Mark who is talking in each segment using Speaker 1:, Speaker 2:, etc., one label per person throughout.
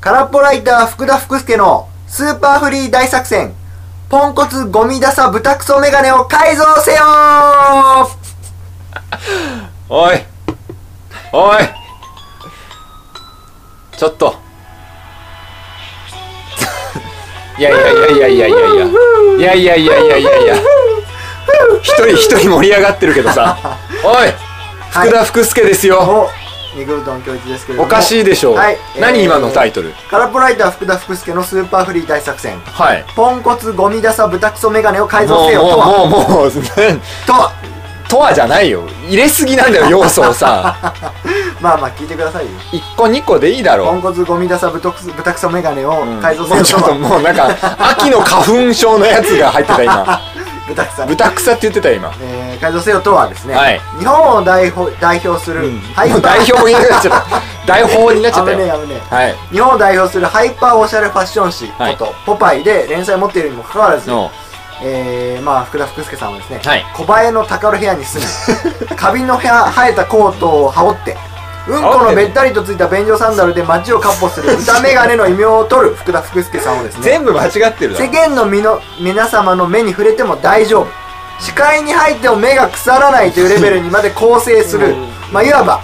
Speaker 1: 空っぽライター福田福助のスーパーフリー大作戦ポンコツゴミダサ豚クソメガネを改造せよ
Speaker 2: おいおいちょっと いやいやいやいやいやいやいやいやいやいやいやいや一人一人盛り上がってるけどさ おい
Speaker 1: い
Speaker 2: 福田福助ですよ
Speaker 1: おニグルトン教授ですけれど
Speaker 2: お
Speaker 1: も
Speaker 2: かしいでしょう、
Speaker 1: はい
Speaker 2: 何今のタイ
Speaker 1: ト
Speaker 2: トル
Speaker 1: ル空っぽライター福田福助のスーパーフリー大作戦
Speaker 2: はい
Speaker 1: ポンコツゴミダサ豚クソメガネを改造
Speaker 2: も
Speaker 1: せよとは
Speaker 2: うもうもうもう なん
Speaker 1: とは
Speaker 2: とはじゃないよ入れすぎなんだよ要素をさ
Speaker 1: まあまあ聞いてくださいよ
Speaker 2: 1個2個でいいだろ
Speaker 1: ポンコツゴミダサ豚クソ豚クソメガネを改造せ
Speaker 2: もう
Speaker 1: よ
Speaker 2: ち
Speaker 1: と
Speaker 2: ょっと
Speaker 1: は
Speaker 2: もうなんか秋の花粉症のやつが入って た今
Speaker 1: 豚クソ
Speaker 2: 豚草って言ってた今
Speaker 1: えー改造せよとはですね、
Speaker 2: はい
Speaker 1: 日本を代表代表するハイ
Speaker 2: もう
Speaker 1: パ
Speaker 2: 代
Speaker 1: ー、
Speaker 2: 表になっちゃった代表になっちゃった
Speaker 1: 危ねえ
Speaker 2: よ
Speaker 1: 危ねえ
Speaker 2: はい
Speaker 1: 日本を代表するハイパーオシャレファッション誌
Speaker 2: はい
Speaker 1: こと、ポパイで連載持っているにもかかわらず、
Speaker 2: の
Speaker 1: えーまあ、福田福助さんはですね、
Speaker 2: はい
Speaker 1: 小映えの高の部屋に住 み花瓶の部屋生えたコートを羽織ってうんこ
Speaker 2: 羽織っ
Speaker 1: の
Speaker 2: てね
Speaker 1: べったりとついた便所サンダルで街をかっ歩す る歌眼鏡の異名を取る福田福助さんをですね
Speaker 2: 全部間違ってるだ
Speaker 1: 世
Speaker 2: ろ
Speaker 1: 間のみの皆様の目に触れても大丈夫視界に入っても目が腐らないというレベルにまで構成する、まあ、いわば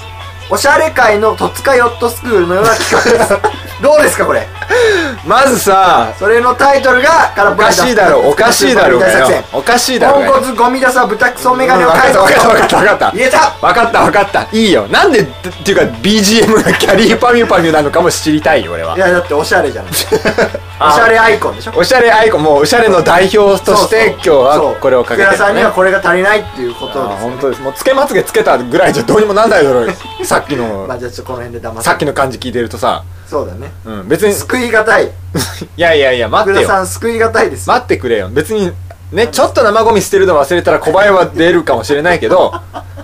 Speaker 1: おしゃれ界の戸塚ヨットスクールのような企画です どうですかこれ
Speaker 2: まずさ
Speaker 1: それのタイトルがカラ
Speaker 2: おかしいだろおかしいだろうがよおかしいだろう
Speaker 1: ポ
Speaker 2: が
Speaker 1: ン
Speaker 2: よ
Speaker 1: コツゴミダサ豚クソメガネを
Speaker 2: 分か
Speaker 1: 返
Speaker 2: っ
Speaker 1: す
Speaker 2: た分かった分かった分かった
Speaker 1: 言えた
Speaker 2: 分かった分かったいいよなんでってっていうか BGM がキャリーパミュパミュなのかも知りたいよ俺はい
Speaker 1: やだっておしゃれじゃないおし
Speaker 2: あ
Speaker 1: ゃれアイコンでしょ
Speaker 2: おしゃれアイコンもうおしゃれの代表として今日
Speaker 1: そう
Speaker 2: はこれをかけて
Speaker 1: 福
Speaker 2: る
Speaker 1: 田さんに
Speaker 2: ね
Speaker 1: はこれが足りないっていうこと
Speaker 2: あ
Speaker 1: で
Speaker 2: ー
Speaker 1: すよね
Speaker 2: 本当ですもうつけまつげつけたぐらいじゃどうにもなんないだろうよさっき
Speaker 1: まあ
Speaker 2: の
Speaker 1: じゃあちょっとこの辺で黙って
Speaker 2: さっきの感じ聞いてるとさ、
Speaker 1: そうだね
Speaker 2: うん、別に
Speaker 1: 救いがたい
Speaker 2: いやいやいや待
Speaker 1: 福
Speaker 2: って
Speaker 1: 田
Speaker 2: よ
Speaker 1: さん救いがたいですよ
Speaker 2: 待ってくれよ別にねちょっと生ゴミ捨てるの忘れたら小林は出るかもしれない けど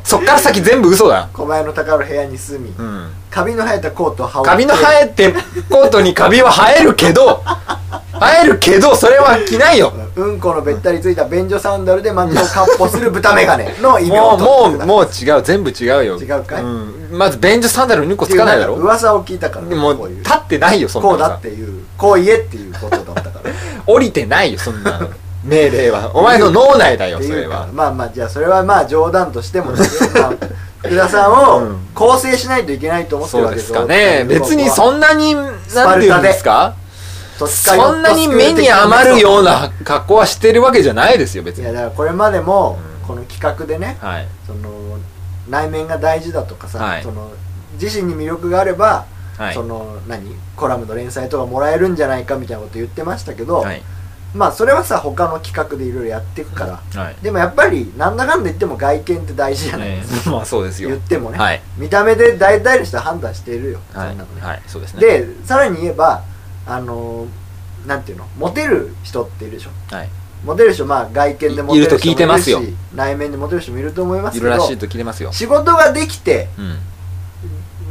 Speaker 2: そっから先全部嘘だ
Speaker 1: 小林の高の部屋に住み、
Speaker 2: うん
Speaker 1: カビの生えたコートを羽織
Speaker 2: カビの生えてコートにカビは生えるけど生えるけどそれは着ないよ
Speaker 1: うんこのべったりついた便所サンダルで街をかっ歩する豚メガネの異名
Speaker 2: も
Speaker 1: を
Speaker 2: う
Speaker 1: 取
Speaker 2: も
Speaker 1: ってくださ
Speaker 2: う
Speaker 1: い
Speaker 2: もう違う全部違うよ
Speaker 1: 違うかい
Speaker 2: ん、まず便所サンダルにうんこつかない
Speaker 1: っ
Speaker 2: だ
Speaker 1: て
Speaker 2: ろ
Speaker 1: う噂を聞いたから
Speaker 2: も
Speaker 1: こう
Speaker 2: う
Speaker 1: いう
Speaker 2: 立ってないよそんな
Speaker 1: こ
Speaker 2: の
Speaker 1: う
Speaker 2: さ
Speaker 1: だっていうこう言えっていうことだったから
Speaker 2: 降りてないよそんな の命令はお前の脳内だよ
Speaker 1: って
Speaker 2: そ
Speaker 1: い
Speaker 2: れ
Speaker 1: うから
Speaker 2: は
Speaker 1: まあまあじゃあそれはまあ冗談としてもですけどまあ福田さん
Speaker 2: う
Speaker 1: を
Speaker 2: ん
Speaker 1: 構成しないといけないと思ってる
Speaker 2: そう
Speaker 1: わけ
Speaker 2: で
Speaker 1: です
Speaker 2: すかね別に
Speaker 1: ん
Speaker 2: そんなになんていうんですかそんなに目に余るような格好はしてるわけじゃないですよ別
Speaker 1: い
Speaker 2: に
Speaker 1: やだからこれまでもこの企画でね
Speaker 2: はい
Speaker 1: その内面が大事だとかさ、
Speaker 2: はい
Speaker 1: その自身に魅力があれば、
Speaker 2: はい
Speaker 1: その何コラムの連載とかもらえるんじゃないかみたいなこと言ってましたけど、
Speaker 2: はい
Speaker 1: まあそれはさ他の企画でいろいろやっていくから、
Speaker 2: はい
Speaker 1: でもやっぱりなんだかんだ言っても外見って大事じゃない
Speaker 2: え
Speaker 1: ですか、
Speaker 2: ーまあそうですよ
Speaker 1: 言ってもね、
Speaker 2: はい
Speaker 1: 見た目で大体の人は判断しているよ、
Speaker 2: は
Speaker 1: そん
Speaker 2: い
Speaker 1: なのね、
Speaker 2: はいそうですね
Speaker 1: でさらに言えばあのーなんていうのモテる人っているでしょ
Speaker 2: はい
Speaker 1: モテる人まあ外見でモテる人も
Speaker 2: いると聞いてますよ
Speaker 1: し内面でモテる人もいると思います
Speaker 2: い
Speaker 1: けど
Speaker 2: るらしいと切れますよ
Speaker 1: 仕事ができて、
Speaker 2: うん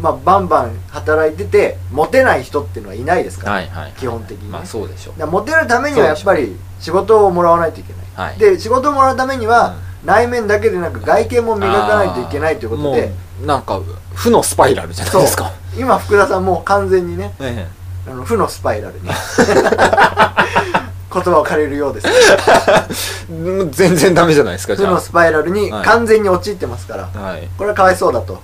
Speaker 1: まあ、バンバン働いててモテない人っていうのはいないですから、
Speaker 2: はいはい
Speaker 1: 基本的にね
Speaker 2: まあそうでしょう
Speaker 1: だからモテるためにはやっぱり仕事をもらわないといけない、
Speaker 2: はい
Speaker 1: で仕事をもらうためには、内面だけでなく外見も磨かないといけないということで
Speaker 2: あーもうなんか負のスパイラルじゃないですか
Speaker 1: そう今福田さんもう完全にね
Speaker 2: え
Speaker 1: あの負のスパイラ ルに言葉を借りるようです
Speaker 2: えもう全然ダメじゃないですかじ
Speaker 1: 負
Speaker 2: ゃ
Speaker 1: のスパイラルに
Speaker 2: はい
Speaker 1: 完全に陥ってますから、
Speaker 2: あはい
Speaker 1: これはかわいそうだと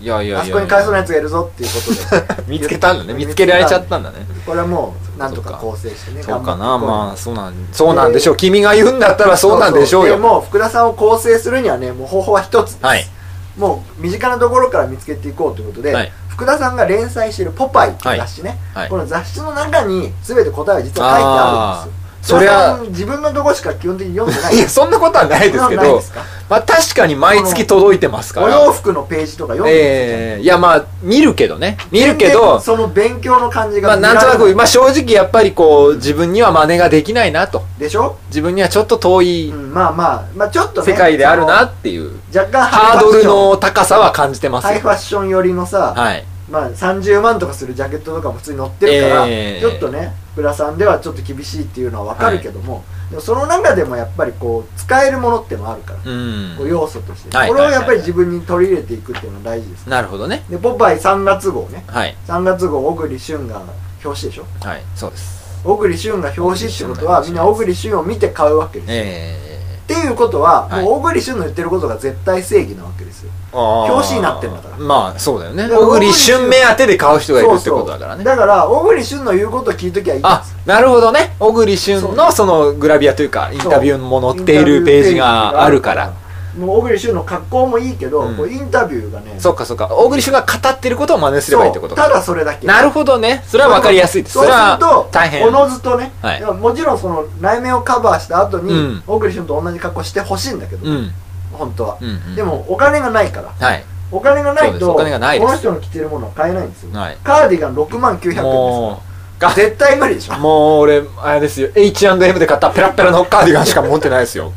Speaker 2: いやいやいや
Speaker 1: あそこにかわいそうなやつがいるぞっていうことで
Speaker 2: 見つけたんだね見つけられちゃったんだね
Speaker 1: これはもうなんとか構成してね
Speaker 2: そうかな
Speaker 1: 頑張っていこ
Speaker 2: まあそうなんそうなんでしょう君が言うんだったらそうなんでしょう
Speaker 1: そ
Speaker 2: よ
Speaker 1: でもう福田さんを構成するにはねもう方法は一つです、
Speaker 2: はい
Speaker 1: もう身近なところから見つけていこうということで、
Speaker 2: はい
Speaker 1: 福田さんが連載している「ポパイ」っていう雑誌ね、
Speaker 2: はいはい
Speaker 1: この雑誌の中に全て答えは実は書いてあるんですよ
Speaker 2: あーそり
Speaker 1: 福
Speaker 2: ゃ
Speaker 1: 田さん自分のとこしか基本的に読んでない
Speaker 2: いやそんなことはないですけ
Speaker 1: そんなことない
Speaker 2: ど
Speaker 1: ですか
Speaker 2: まあ確かに毎月届いてますか
Speaker 1: お洋
Speaker 2: ら
Speaker 1: 服のページとか読んで
Speaker 2: ええいやまあ見るけどね見るけ
Speaker 1: 全
Speaker 2: ど
Speaker 1: 然その勉強の感じ
Speaker 2: ま
Speaker 1: が
Speaker 2: あ
Speaker 1: 見られ
Speaker 2: なん
Speaker 1: ない
Speaker 2: となくまあ正直やっぱりこう自分には真似ができないなと
Speaker 1: でしょ、
Speaker 2: 自分にはちょっと遠
Speaker 1: う
Speaker 2: い
Speaker 1: ん、まあまあまあちょっとね
Speaker 2: 世界であるなっていう
Speaker 1: その若干
Speaker 2: ハードルの高さは感じてます
Speaker 1: ハイ
Speaker 2: よ
Speaker 1: ファッション寄りのさ、
Speaker 2: はい
Speaker 1: まあ、30万とかするジャケットとかも普通に載ってるから、
Speaker 2: ええ
Speaker 1: ちょっとね福田さんではちょっと厳しいっていうのは分かるけども、でもその中でもやっぱりこう使えるものってのあるから、
Speaker 2: うん
Speaker 1: こう要素として、
Speaker 2: はい
Speaker 1: これを
Speaker 2: はい
Speaker 1: やっぱり
Speaker 2: はい
Speaker 1: 自分に取り入れていくっていうのは大事です、
Speaker 2: なるほどね
Speaker 1: で「ポパイ」3月号ね
Speaker 2: はい
Speaker 1: 3月号小栗旬が表紙でしょ
Speaker 2: はいそうです
Speaker 1: 小栗旬が表紙ってことはみんな小栗旬を見て買うわけですよ
Speaker 2: え
Speaker 1: っていうことは、
Speaker 2: はい
Speaker 1: もう小栗旬の言ってることが絶対正義なわけですよ
Speaker 2: え表
Speaker 1: 表紙になってんだから
Speaker 2: まあそうだよね
Speaker 1: だから
Speaker 2: 小栗旬目当てで買う人がいるってことだからね
Speaker 1: そうそうだから小栗旬の言うこと聞いときゃいいんで
Speaker 2: あ
Speaker 1: す
Speaker 2: なるほどね小栗旬のそのグラビアというかインタビューも載っているページがあるから
Speaker 1: もう小栗旬の格好もいいけど、
Speaker 2: うん
Speaker 1: こうインタビューがね
Speaker 2: そっかそっか小栗旬が語ってることを真似すればいいってこと
Speaker 1: そう
Speaker 2: か
Speaker 1: ただそれだけ
Speaker 2: なるほどねそれは分かりやすいです
Speaker 1: そう
Speaker 2: そ
Speaker 1: す
Speaker 2: れ
Speaker 1: る
Speaker 2: は
Speaker 1: と
Speaker 2: 大変
Speaker 1: おのずとね、
Speaker 2: はい
Speaker 1: でももちろんその内面をカバーした後に、
Speaker 2: うん
Speaker 1: 小栗旬と同じ格好してほしいんだけど、
Speaker 2: うんうん
Speaker 1: 本当は、
Speaker 2: うん
Speaker 1: でもお金がないから
Speaker 2: はい
Speaker 1: お金がない
Speaker 2: そうです
Speaker 1: と
Speaker 2: お金がないです
Speaker 1: この人の着てるものは買えないんですよ、
Speaker 2: はい
Speaker 1: カーディガン6万900円ですから
Speaker 2: もうが
Speaker 1: 絶対無理で しょ
Speaker 2: もう俺あれですよ H&M で買ったペラペラのカーディガンしか持ってないですよ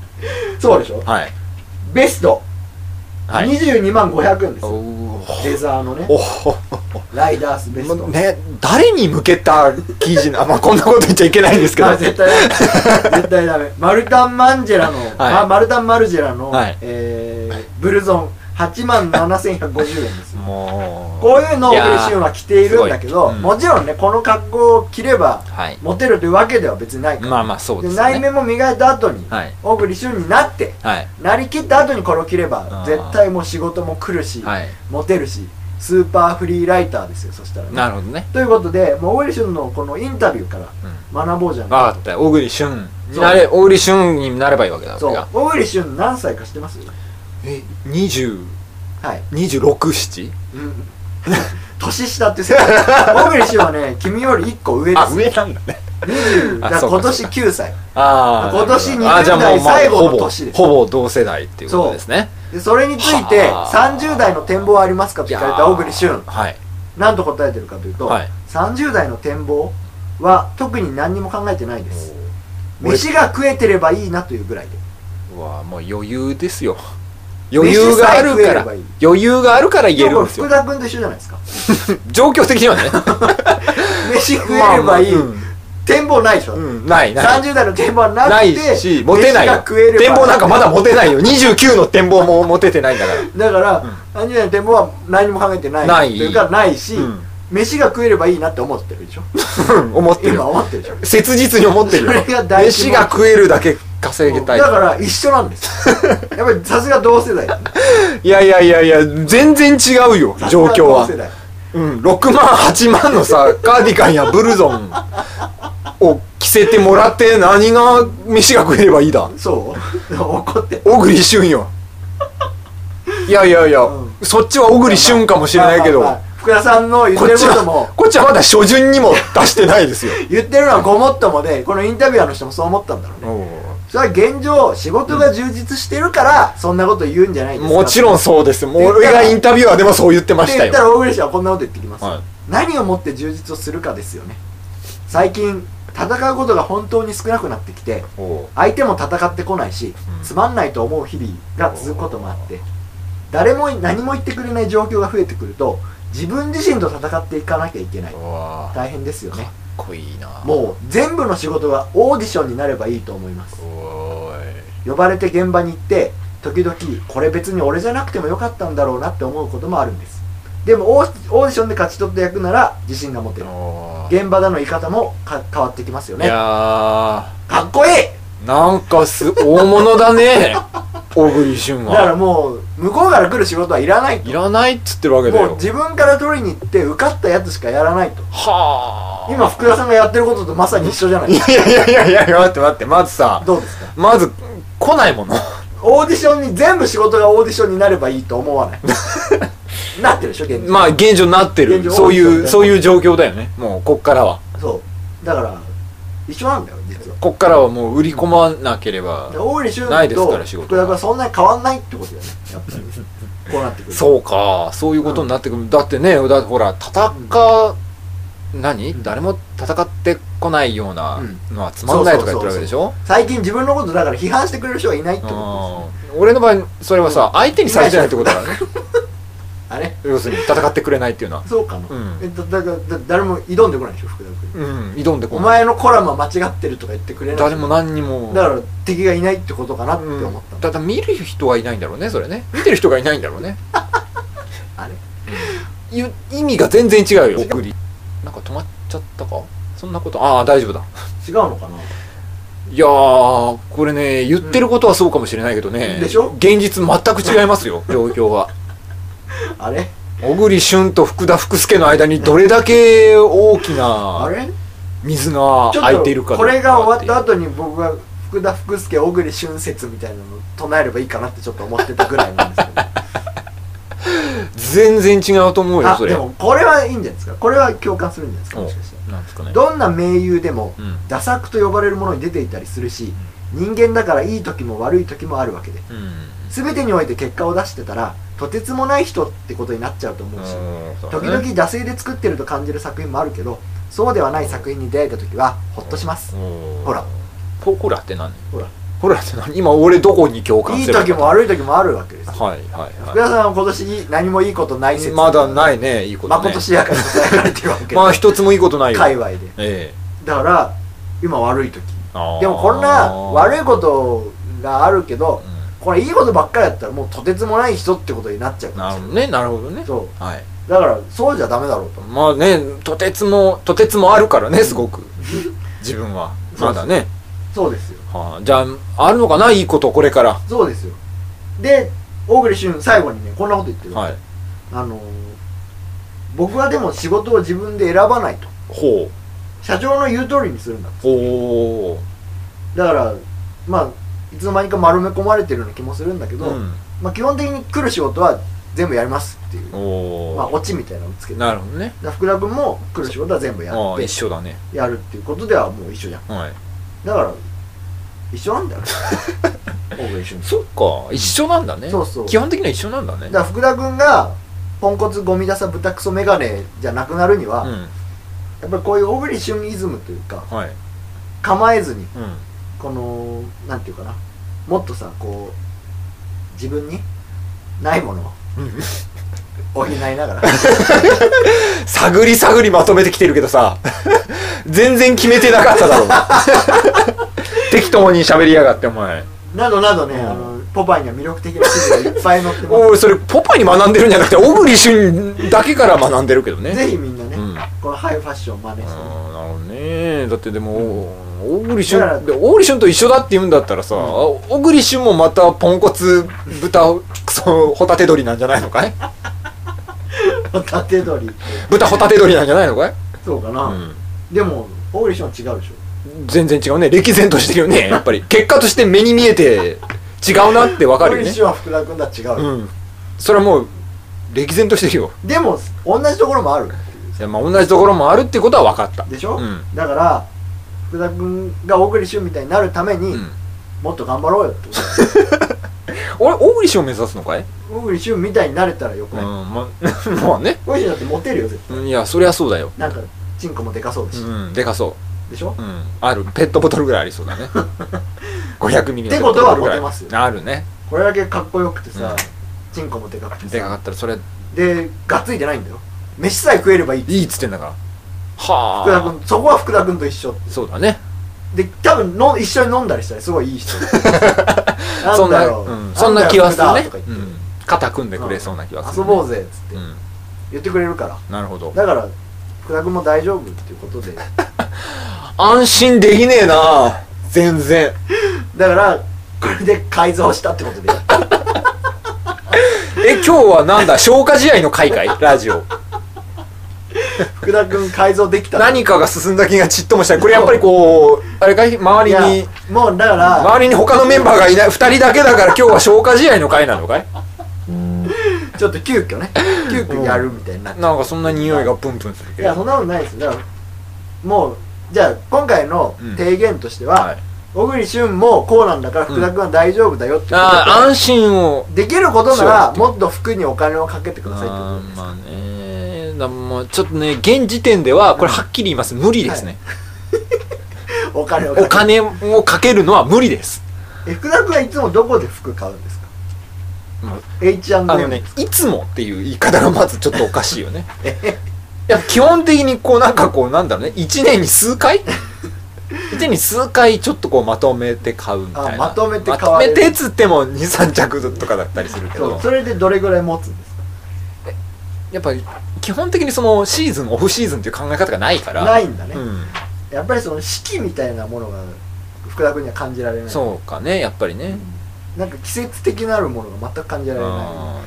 Speaker 1: そうでしょ
Speaker 2: はい
Speaker 1: ベスト、
Speaker 2: はい
Speaker 1: 22万500円です
Speaker 2: お
Speaker 1: よ
Speaker 2: ー
Speaker 1: レザーのね
Speaker 2: おー
Speaker 1: ライダースベスト、
Speaker 2: ね誰に向けた記 事な、まあ、こんなこと言っちゃいけないんですけど
Speaker 1: まあ絶対ダ メ絶対ダメマルタン・マンジェラの、まあマルタン・マルジェラの、
Speaker 2: はい
Speaker 1: えー、ブルゾン8万7150円ですよ
Speaker 2: もう
Speaker 1: こういうのを
Speaker 2: いやー
Speaker 1: 嬉しいのは着ているんだけど、
Speaker 2: すごいうん
Speaker 1: もちろんねこの格好を着れば
Speaker 2: はい
Speaker 1: モテるというわけでは別にないから、
Speaker 2: まあまあそうです
Speaker 1: で
Speaker 2: よね
Speaker 1: 内面も磨いた後に、
Speaker 2: はい
Speaker 1: 小栗旬になって
Speaker 2: はい
Speaker 1: なりきった後にこれを着れ
Speaker 2: あ
Speaker 1: ば
Speaker 2: ー
Speaker 1: 絶対もう仕事も来るし、
Speaker 2: はい
Speaker 1: モテるしスーパーフリーライターですよそしたらね
Speaker 2: なるほどね
Speaker 1: ということでもう小栗旬のこのインタビューから学ぼうじゃん
Speaker 2: 分かった小栗旬になれ小栗旬になればいいわけだ
Speaker 1: そう
Speaker 2: 俺が
Speaker 1: 小栗旬何歳か知ってます
Speaker 2: え20
Speaker 1: はい、
Speaker 2: 2627?
Speaker 1: うん、年下ってさ 小栗旬はね君より1個上で
Speaker 2: あ
Speaker 1: す
Speaker 2: 上なんだね
Speaker 1: 20だ
Speaker 2: あ
Speaker 1: から
Speaker 2: そう
Speaker 1: 今
Speaker 2: か
Speaker 1: 年9歳
Speaker 2: ああ
Speaker 1: 今年
Speaker 2: なるほどあじゃあもう
Speaker 1: 20代最後の
Speaker 2: ほぼ
Speaker 1: 年です
Speaker 2: ほぼ同世代っていうことですね
Speaker 1: でそれについて
Speaker 2: はあ
Speaker 1: 30代の展望はありますかと聞かれた小栗
Speaker 2: いや
Speaker 1: 旬
Speaker 2: ーはい
Speaker 1: 何と答えてるかというと、
Speaker 2: はい
Speaker 1: 30代の展望は特に何にも考えてないです
Speaker 2: おー
Speaker 1: 飯が食えてればいいなというぐらいで
Speaker 2: うわもう余裕ですよ余裕があ
Speaker 1: 飯さ
Speaker 2: る
Speaker 1: え食え
Speaker 2: か
Speaker 1: れ
Speaker 2: ら
Speaker 1: ばいい
Speaker 2: 余裕があるから言えるんです
Speaker 1: 福
Speaker 2: よ
Speaker 1: 田君と一緒じゃない ですか
Speaker 2: 状況的にはね
Speaker 1: 飯食えればいい、
Speaker 2: まあま
Speaker 1: 展望ないでしょ、
Speaker 2: あうんうんないない
Speaker 1: 30代の展望はなくて
Speaker 2: ないしモテない
Speaker 1: 飯
Speaker 2: よ
Speaker 1: が食えれば
Speaker 2: 展望なんかまだモテないよ29の展望もモテてないんだか
Speaker 1: だ
Speaker 2: ら
Speaker 1: から、30代の展望は何も考えてない
Speaker 2: ない
Speaker 1: というかないし、
Speaker 2: うん
Speaker 1: 飯が食えればいいなって思ってる でしょ
Speaker 2: 思ってる
Speaker 1: 今
Speaker 2: よ
Speaker 1: 思ってるでしょ
Speaker 2: 切実に思ってるよ
Speaker 1: それが大事
Speaker 2: 飯が食えるだけ稼げ
Speaker 1: だ
Speaker 2: たい
Speaker 1: から一緒なんです やっぱりさすが同世代だね
Speaker 2: いやいやいやいや全然違うよ状況は
Speaker 1: さすが同世代
Speaker 2: うん6万8万のさカーディガンやブルゾンを着せてもらって何が飯が食えればいいだ
Speaker 1: そう怒って
Speaker 2: 小栗旬よいやいやいや、
Speaker 1: うん
Speaker 2: そっちは小栗旬かもしれないけど、
Speaker 1: まあまあまあ福田さんの言っ
Speaker 2: こ
Speaker 1: て
Speaker 2: っ
Speaker 1: る
Speaker 2: ち
Speaker 1: こと
Speaker 2: は
Speaker 1: も
Speaker 2: こっちはまだ初旬にも出してないですよ
Speaker 1: 言ってるのはごもっともでこのインタビュアーの人もそう思ったんだろうねそれは現状仕事が充実してるからそんなこと言うんじゃないですか
Speaker 2: もちろんそうですもう俺がインタビュアーでもそう言ってま
Speaker 1: っ
Speaker 2: してた
Speaker 1: 言っ
Speaker 2: よ
Speaker 1: たら大栗氏はこんなこと言ってきます、
Speaker 2: はい
Speaker 1: 何をもって充実をするかですよね最近戦うことが本当に少なくなってきて
Speaker 2: おう
Speaker 1: 相手も戦ってこないし、
Speaker 2: うん
Speaker 1: つまんないと思う日々が続くこともあって誰も何も言ってくれない状況が増えてくると自分自身と戦っていかなきゃいけないう
Speaker 2: わ
Speaker 1: 大変ですよね
Speaker 2: こいいな
Speaker 1: もう全部の仕事がオーディションになればいいと思います
Speaker 2: おーい
Speaker 1: 呼ばれて現場に行って時々これ別に俺じゃなくてもよかったんだろうなって思うこともあるんですでもオーオーディションで勝ち取った役なら自信が持てる
Speaker 2: おー
Speaker 1: 現場での言い方もか変わってきますよ
Speaker 2: い
Speaker 1: ね
Speaker 2: や
Speaker 1: かっこいい
Speaker 2: ーなんかす大物だね 小栗旬
Speaker 1: だから
Speaker 2: は
Speaker 1: もう向こうから来る仕事はいらないと
Speaker 2: いらないっつってるわけだ
Speaker 1: もう
Speaker 2: よ
Speaker 1: 自分から取りに行って受かったやつしかやらないと
Speaker 2: はあ
Speaker 1: 今福田さんがやってることとまさに一緒じゃない
Speaker 2: い
Speaker 1: ですか
Speaker 2: やいやいやいやいや待って待ってまずさ
Speaker 1: どうですか
Speaker 2: まず来ないもの
Speaker 1: オーディションに全部仕事がオーディションになればいいと思 わないなってるでしょ現状
Speaker 2: まあ現状なって
Speaker 1: 現
Speaker 2: る
Speaker 1: 状
Speaker 2: そうい
Speaker 1: そうですよ
Speaker 2: う
Speaker 1: ね
Speaker 2: そういう状況だよねもうこっからは
Speaker 1: そうだから一緒なんだよ実は
Speaker 2: こっからはもう売り込まなければ
Speaker 1: で大入俊
Speaker 2: ないですから仕
Speaker 1: と
Speaker 2: 事
Speaker 1: 福田がそんなに変わんないってことだよねやっぱりこうなってくるう
Speaker 2: そうかそういうことになってくる、だってねだってほら戦何、
Speaker 1: うん
Speaker 2: 誰も戦ってこないような
Speaker 1: うん
Speaker 2: のはつまんないとか言ってるわけでしょ
Speaker 1: 最近自分のことだから批判してくれる人がいないってこ
Speaker 2: うん俺の場合それはさ相手にされてないってことだから
Speaker 1: と
Speaker 2: ね
Speaker 1: ですねあれ
Speaker 2: 要するに戦ってくれないっていうのは
Speaker 1: そうかな、
Speaker 2: うん
Speaker 1: えだだだだ誰も挑んでこないでしょ福田君
Speaker 2: うん挑んで
Speaker 1: お
Speaker 2: こない
Speaker 1: 前のコラムは間違ってるとか言ってくれない
Speaker 2: 誰も何にも
Speaker 1: だから敵がいないってことかなって
Speaker 2: うん
Speaker 1: 思ったの、
Speaker 2: ただ見る人はいないんだろうねそれね見てる人がいないんだろうね
Speaker 1: あれ
Speaker 2: ゆ意味が全然違うよなんか止まっちゃったかそんなことああ大丈夫だ
Speaker 1: 違うのかない
Speaker 2: やーこれね言ってることはそうかもしれないけどね、
Speaker 1: うんでしょ
Speaker 2: 現実全く違います よ状況は
Speaker 1: あれ
Speaker 2: 小栗旬と福田福助の間にどれだけ大き
Speaker 1: あ
Speaker 2: な
Speaker 1: れ
Speaker 2: 水が
Speaker 1: ちょ
Speaker 2: 空いている
Speaker 1: っ
Speaker 2: か
Speaker 1: とこれが終わった後に僕が福田福助小栗旬説みたいなの唱えればいいかなってちょっと思ってたぐらいなん ですけど
Speaker 2: 全然違うと思うよ
Speaker 1: あ
Speaker 2: それ
Speaker 1: でもこれはいいんじゃないですかこれは共感するんじゃないですかもしかして
Speaker 2: なんですかね
Speaker 1: どんな名優でも、
Speaker 2: うん
Speaker 1: ダサ作と呼ばれるものに出ていたりするし人間だからいい時も悪い時もあるわけで
Speaker 2: うん
Speaker 1: 全てにおいて結果を出してたらとてつもない人ってことになっちゃうと思うし
Speaker 2: うん
Speaker 1: 時々惰性で作ってると感じる作品もあるけどそうではない作品に出会えた時はホッとします
Speaker 2: うん
Speaker 1: ほら
Speaker 2: ほほらって何
Speaker 1: ほら
Speaker 2: ほらって何今俺どこに共感
Speaker 1: いい
Speaker 2: する
Speaker 1: 時も悪い時もあるわけですよ
Speaker 2: はいはい
Speaker 1: 福
Speaker 2: は
Speaker 1: 田さんは今年いい何もいいことない
Speaker 2: い
Speaker 1: 説
Speaker 2: まだないねいいこと
Speaker 1: ま
Speaker 2: ね
Speaker 1: ことしやかに伝えられてるわけで
Speaker 2: まあ一つもいいことないよ
Speaker 1: 界隈で
Speaker 2: ええ
Speaker 1: だから今悪い時
Speaker 2: あー
Speaker 1: でもこんな悪いことがあるけど
Speaker 2: う
Speaker 1: これいいことばっかりやったらもうとてつもない人ってことになっちゃうんか
Speaker 2: な
Speaker 1: ら
Speaker 2: るほどねなるほどね
Speaker 1: そ
Speaker 2: はいう
Speaker 1: だからそうじゃダメだろうと
Speaker 2: まあねとてつもとてつもあるからねすごく 自分はまだね
Speaker 1: そうですよ
Speaker 2: はあ、じゃああるのかないいことこれから
Speaker 1: そうですよで小栗旬最後にねこんなこと言ってる、
Speaker 2: はい
Speaker 1: あのー僕はでも仕事を自分で選ばないと
Speaker 2: ほ
Speaker 1: 社長の言う通りにするんだ
Speaker 2: うほ
Speaker 1: だからまあいつの間にか丸め込まれてるような気もするんだけ
Speaker 2: う
Speaker 1: ど、
Speaker 2: うん
Speaker 1: まあ、基本的に来る仕事は全部やりますっていう、
Speaker 2: お
Speaker 1: まあ、オチみたいなのをつけてだか
Speaker 2: なるほどね
Speaker 1: ら福田君も来る仕事は全部や
Speaker 2: あ
Speaker 1: っ
Speaker 2: あ一
Speaker 1: て
Speaker 2: 緒だね
Speaker 1: やるっていうことではもう一緒じゃん
Speaker 2: はい
Speaker 1: だから一緒なんだ よ大栗旬
Speaker 2: そっか一緒なんだね
Speaker 1: そうそう
Speaker 2: 基本的には一緒なんだね
Speaker 1: だから福田君がポンコツゴミ出さ豚クソメガネじゃなくなるには、
Speaker 2: う
Speaker 1: や
Speaker 2: ん
Speaker 1: っぱりこういう小栗旬イズムというか
Speaker 2: はい
Speaker 1: 構えずに
Speaker 2: うん
Speaker 1: このなんていうかなもっとさこう自分にないものを補いながら
Speaker 2: 探り探りまとめてきてるけどさ全然決めてなかっただろう適当に喋りやがってお前
Speaker 1: などなどね、
Speaker 2: うん
Speaker 1: あのポパイには魅力的な記事がいっぱい載ってま
Speaker 2: おいそれポパイに学んでるんじゃなくて小栗旬だけから学んでるけどね
Speaker 1: す ぜひみんなね、
Speaker 2: うん
Speaker 1: このハイファッションを真似し
Speaker 2: あ
Speaker 1: て
Speaker 2: ーなるほどねだってでも、小栗
Speaker 1: だから
Speaker 2: 旬で小栗旬と一緒だって言うんだったらさ、
Speaker 1: ん
Speaker 2: 小栗旬もまたポンコツ豚クソホタテ鳥なんじゃないのかい
Speaker 1: 縦取りって
Speaker 2: 豚ホタテ鳥なんじゃないのかい、
Speaker 1: そうかな、
Speaker 2: うん、
Speaker 1: でもオーディションは違うでしょ
Speaker 2: 全然違うね歴然としてるよねやっぱ り結果として目に見えて違うなってわかる
Speaker 1: オーデ
Speaker 2: よ
Speaker 1: ィ
Speaker 2: ね
Speaker 1: ションは福田君とは違う、
Speaker 2: うんそれはもう歴然としてるよ
Speaker 1: でも同じところもある
Speaker 2: いやまあ同じところもあるってことは分かった
Speaker 1: でしょ、
Speaker 2: うん
Speaker 1: だから福田君が小栗旬みたいになるために、
Speaker 2: うん
Speaker 1: もっと頑張ろうよってこと
Speaker 2: 俺小栗旬を目指すのかい、
Speaker 1: 小栗旬みたいになれたらよく
Speaker 2: うん
Speaker 1: ない、
Speaker 2: ま まあね
Speaker 1: 小栗旬だってモテるよ絶
Speaker 2: いやそりゃそうだよ
Speaker 1: 対なんかチンコもでかそうだし、
Speaker 2: うんでかそう
Speaker 1: でしょ
Speaker 2: うん、あるペットボトルぐらいありそうだ ね500ミリの
Speaker 1: ってことは
Speaker 2: ペットボトルぐ
Speaker 1: モ
Speaker 2: らい
Speaker 1: テますよ
Speaker 2: あるね
Speaker 1: これだけかっこよくてさ、
Speaker 2: うん
Speaker 1: チンコもでかくて
Speaker 2: でかか
Speaker 1: さ
Speaker 2: ったらそれ
Speaker 1: でがっついてないんだよ飯さえ食えればいいって
Speaker 2: いいっつってんだから
Speaker 1: 福田
Speaker 2: は
Speaker 1: 君そこは福田君と一緒
Speaker 2: あそうだね
Speaker 1: で多分の一緒に飲んだりしたらすごいいい 人な
Speaker 2: そ
Speaker 1: ん
Speaker 2: んな
Speaker 1: だろう
Speaker 2: うん、そんな気はする
Speaker 1: なんだよ
Speaker 2: ね
Speaker 1: 福田とか言って
Speaker 2: うん、肩組んでくれそうな気はする、
Speaker 1: 遊ぼうぜっつって
Speaker 2: うん
Speaker 1: 言ってくれるから
Speaker 2: なるほど
Speaker 1: だから福田君も大丈夫っていうことでだ
Speaker 2: 安心できねえな全然
Speaker 1: からこれで改造したってことで
Speaker 2: え今日はなんだ消化試合の開会ラジオ
Speaker 1: 福田君改造できた
Speaker 2: 何かが進んだ気がちっともしないこれやっぱりこうあれかい
Speaker 1: い
Speaker 2: 周り
Speaker 1: や
Speaker 2: に
Speaker 1: もうだから
Speaker 2: 周りに他のメンバーがいない2人だけだから今日は消化試合の回なのかい
Speaker 1: ちょっと急遽ね急遽やるみたいになって
Speaker 2: なんかそんな匂いがプンプンするけ
Speaker 1: い
Speaker 2: ど
Speaker 1: やそんなことないですよだからもうじゃあ今回の提言として
Speaker 2: は
Speaker 1: はい小栗旬もこうなんだから福田君は大丈夫だよってことで
Speaker 2: あー安心を
Speaker 1: できることな
Speaker 2: そう
Speaker 1: らもっと服にお金をかけてくださいってこと
Speaker 2: あ
Speaker 1: で
Speaker 2: ー
Speaker 1: す、
Speaker 2: まあねだまあちょっとね現時点ではこれはっきり言います無理ですね、
Speaker 1: お金を
Speaker 2: お
Speaker 1: かけ
Speaker 2: 金をかけるのは無理です
Speaker 1: てえ福田君はいつもどこで服買うんですか
Speaker 2: まあ
Speaker 1: H&M
Speaker 2: あのね
Speaker 1: ですか
Speaker 2: いつもっていう言い方がまずちょっとおかしい よねいや基本的にこうなんかこうなんだろうね1年に数 回1年に数回ちょっとこうまとめて買うみたいな
Speaker 1: あまとめて買
Speaker 2: ま
Speaker 1: われ
Speaker 2: と
Speaker 1: る
Speaker 2: めてっつっても23着とかだったりするけ
Speaker 1: そ
Speaker 2: ど
Speaker 1: うそれでどれぐらい持つんですか
Speaker 2: やっぱり基本的にそのシーズンオフシーズンっていう考え方がないから
Speaker 1: ないんだね、
Speaker 2: うん、
Speaker 1: やっぱりその四季みたいなものが福田君には感じられない
Speaker 2: そうかねやっぱりね、
Speaker 1: なんか季節的なるものが全く感じられな
Speaker 2: ああ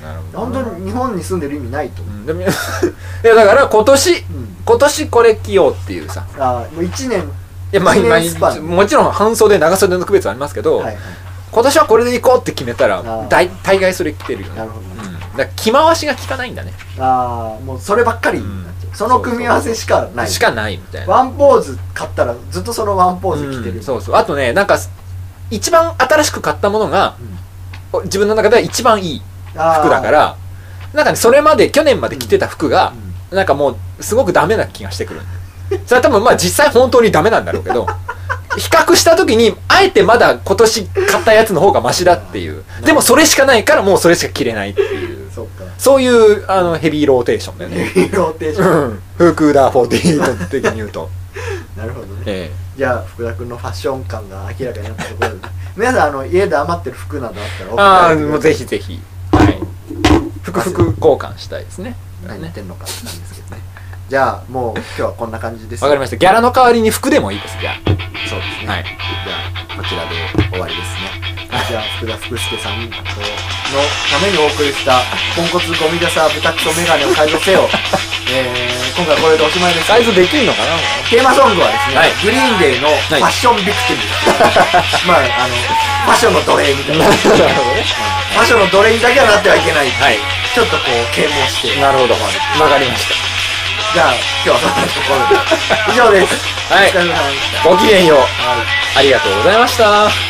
Speaker 2: なる
Speaker 1: い
Speaker 2: ほ
Speaker 1: 本
Speaker 2: どね、
Speaker 1: 当に日本に住んでる意味ないと思う、
Speaker 2: うんでも いやだから今年
Speaker 1: うん
Speaker 2: 今年これ着ようっていうさ
Speaker 1: ああもう1年
Speaker 2: いやまあ
Speaker 1: 一年
Speaker 2: 今
Speaker 1: スパン
Speaker 2: もちろん半袖長袖の区別はありますけど、
Speaker 1: はい、
Speaker 2: 今年はこれで行こうって決めたら
Speaker 1: あー
Speaker 2: 大大概それ着てるよね
Speaker 1: なるほどね
Speaker 2: うん、だから着回しが効かないんだね
Speaker 1: ああもうそればっかりになっちゃう、その組み合わせしかない
Speaker 2: しかないみたいな
Speaker 1: ワンポーズ買ったらずっとそのワンポーズ着てる、
Speaker 2: うんそうそうあとねなんか一番新しく買ったものが
Speaker 1: うん
Speaker 2: 自分の中では一番いい
Speaker 1: ああ
Speaker 2: 服だか、らなんかねそれまで去年まで着てた服が、なんかもうすごくダメな気がしてくるそれは多分まあ実際本当にダメなんだろうけど比較した時にあえてまだ今年買ったやつの方がマシだっていうでもそれしかないからもうそれしか着れないっていう
Speaker 1: うん、そっか
Speaker 2: そういうあのヘビーローテーションだよね
Speaker 1: ローテーシ
Speaker 2: う
Speaker 1: ョン、
Speaker 2: んフークーダー48的に言うと、
Speaker 1: なるほどね
Speaker 2: え
Speaker 1: じゃあ福田君のファッション感が明らかになったところで 皆さんあの家で余ってる服などあったら
Speaker 2: え、ああ
Speaker 1: 送って
Speaker 2: もう
Speaker 1: くだ
Speaker 2: ぜ
Speaker 1: さ
Speaker 2: ひぜひはい服服交換したいですね
Speaker 1: い
Speaker 2: わ、
Speaker 1: 何言ってんのかって感じですけどねじゃあもう今日はこんな感じです
Speaker 2: かりましたギャラの代わりに服でもいいですじゃ
Speaker 1: そうですね、
Speaker 2: はい
Speaker 1: じゃあこちらで終わりですねじゃあ福田福助さんのためにお送りした 「ポンコツゴミ出さ豚クソメガネを改造せ よ」えー、今回はこれでおしまいです
Speaker 2: サイズできるのかなもう
Speaker 1: テーマソングはですね、
Speaker 2: はい
Speaker 1: グリーンデーのファッションビクティムです、 まああのファッションの奴隷みたい な
Speaker 2: なるほどね
Speaker 1: ファッションの奴隷にだけはなってはいけない、
Speaker 2: はい
Speaker 1: ちょっとこう啓蒙してじ
Speaker 2: なるほどわかりました
Speaker 1: ゃあ今日はそんなところで以上です、
Speaker 2: は
Speaker 1: お
Speaker 2: い
Speaker 1: 疲れ様でした
Speaker 2: ごきげんよう
Speaker 1: はい
Speaker 2: ありがとうございました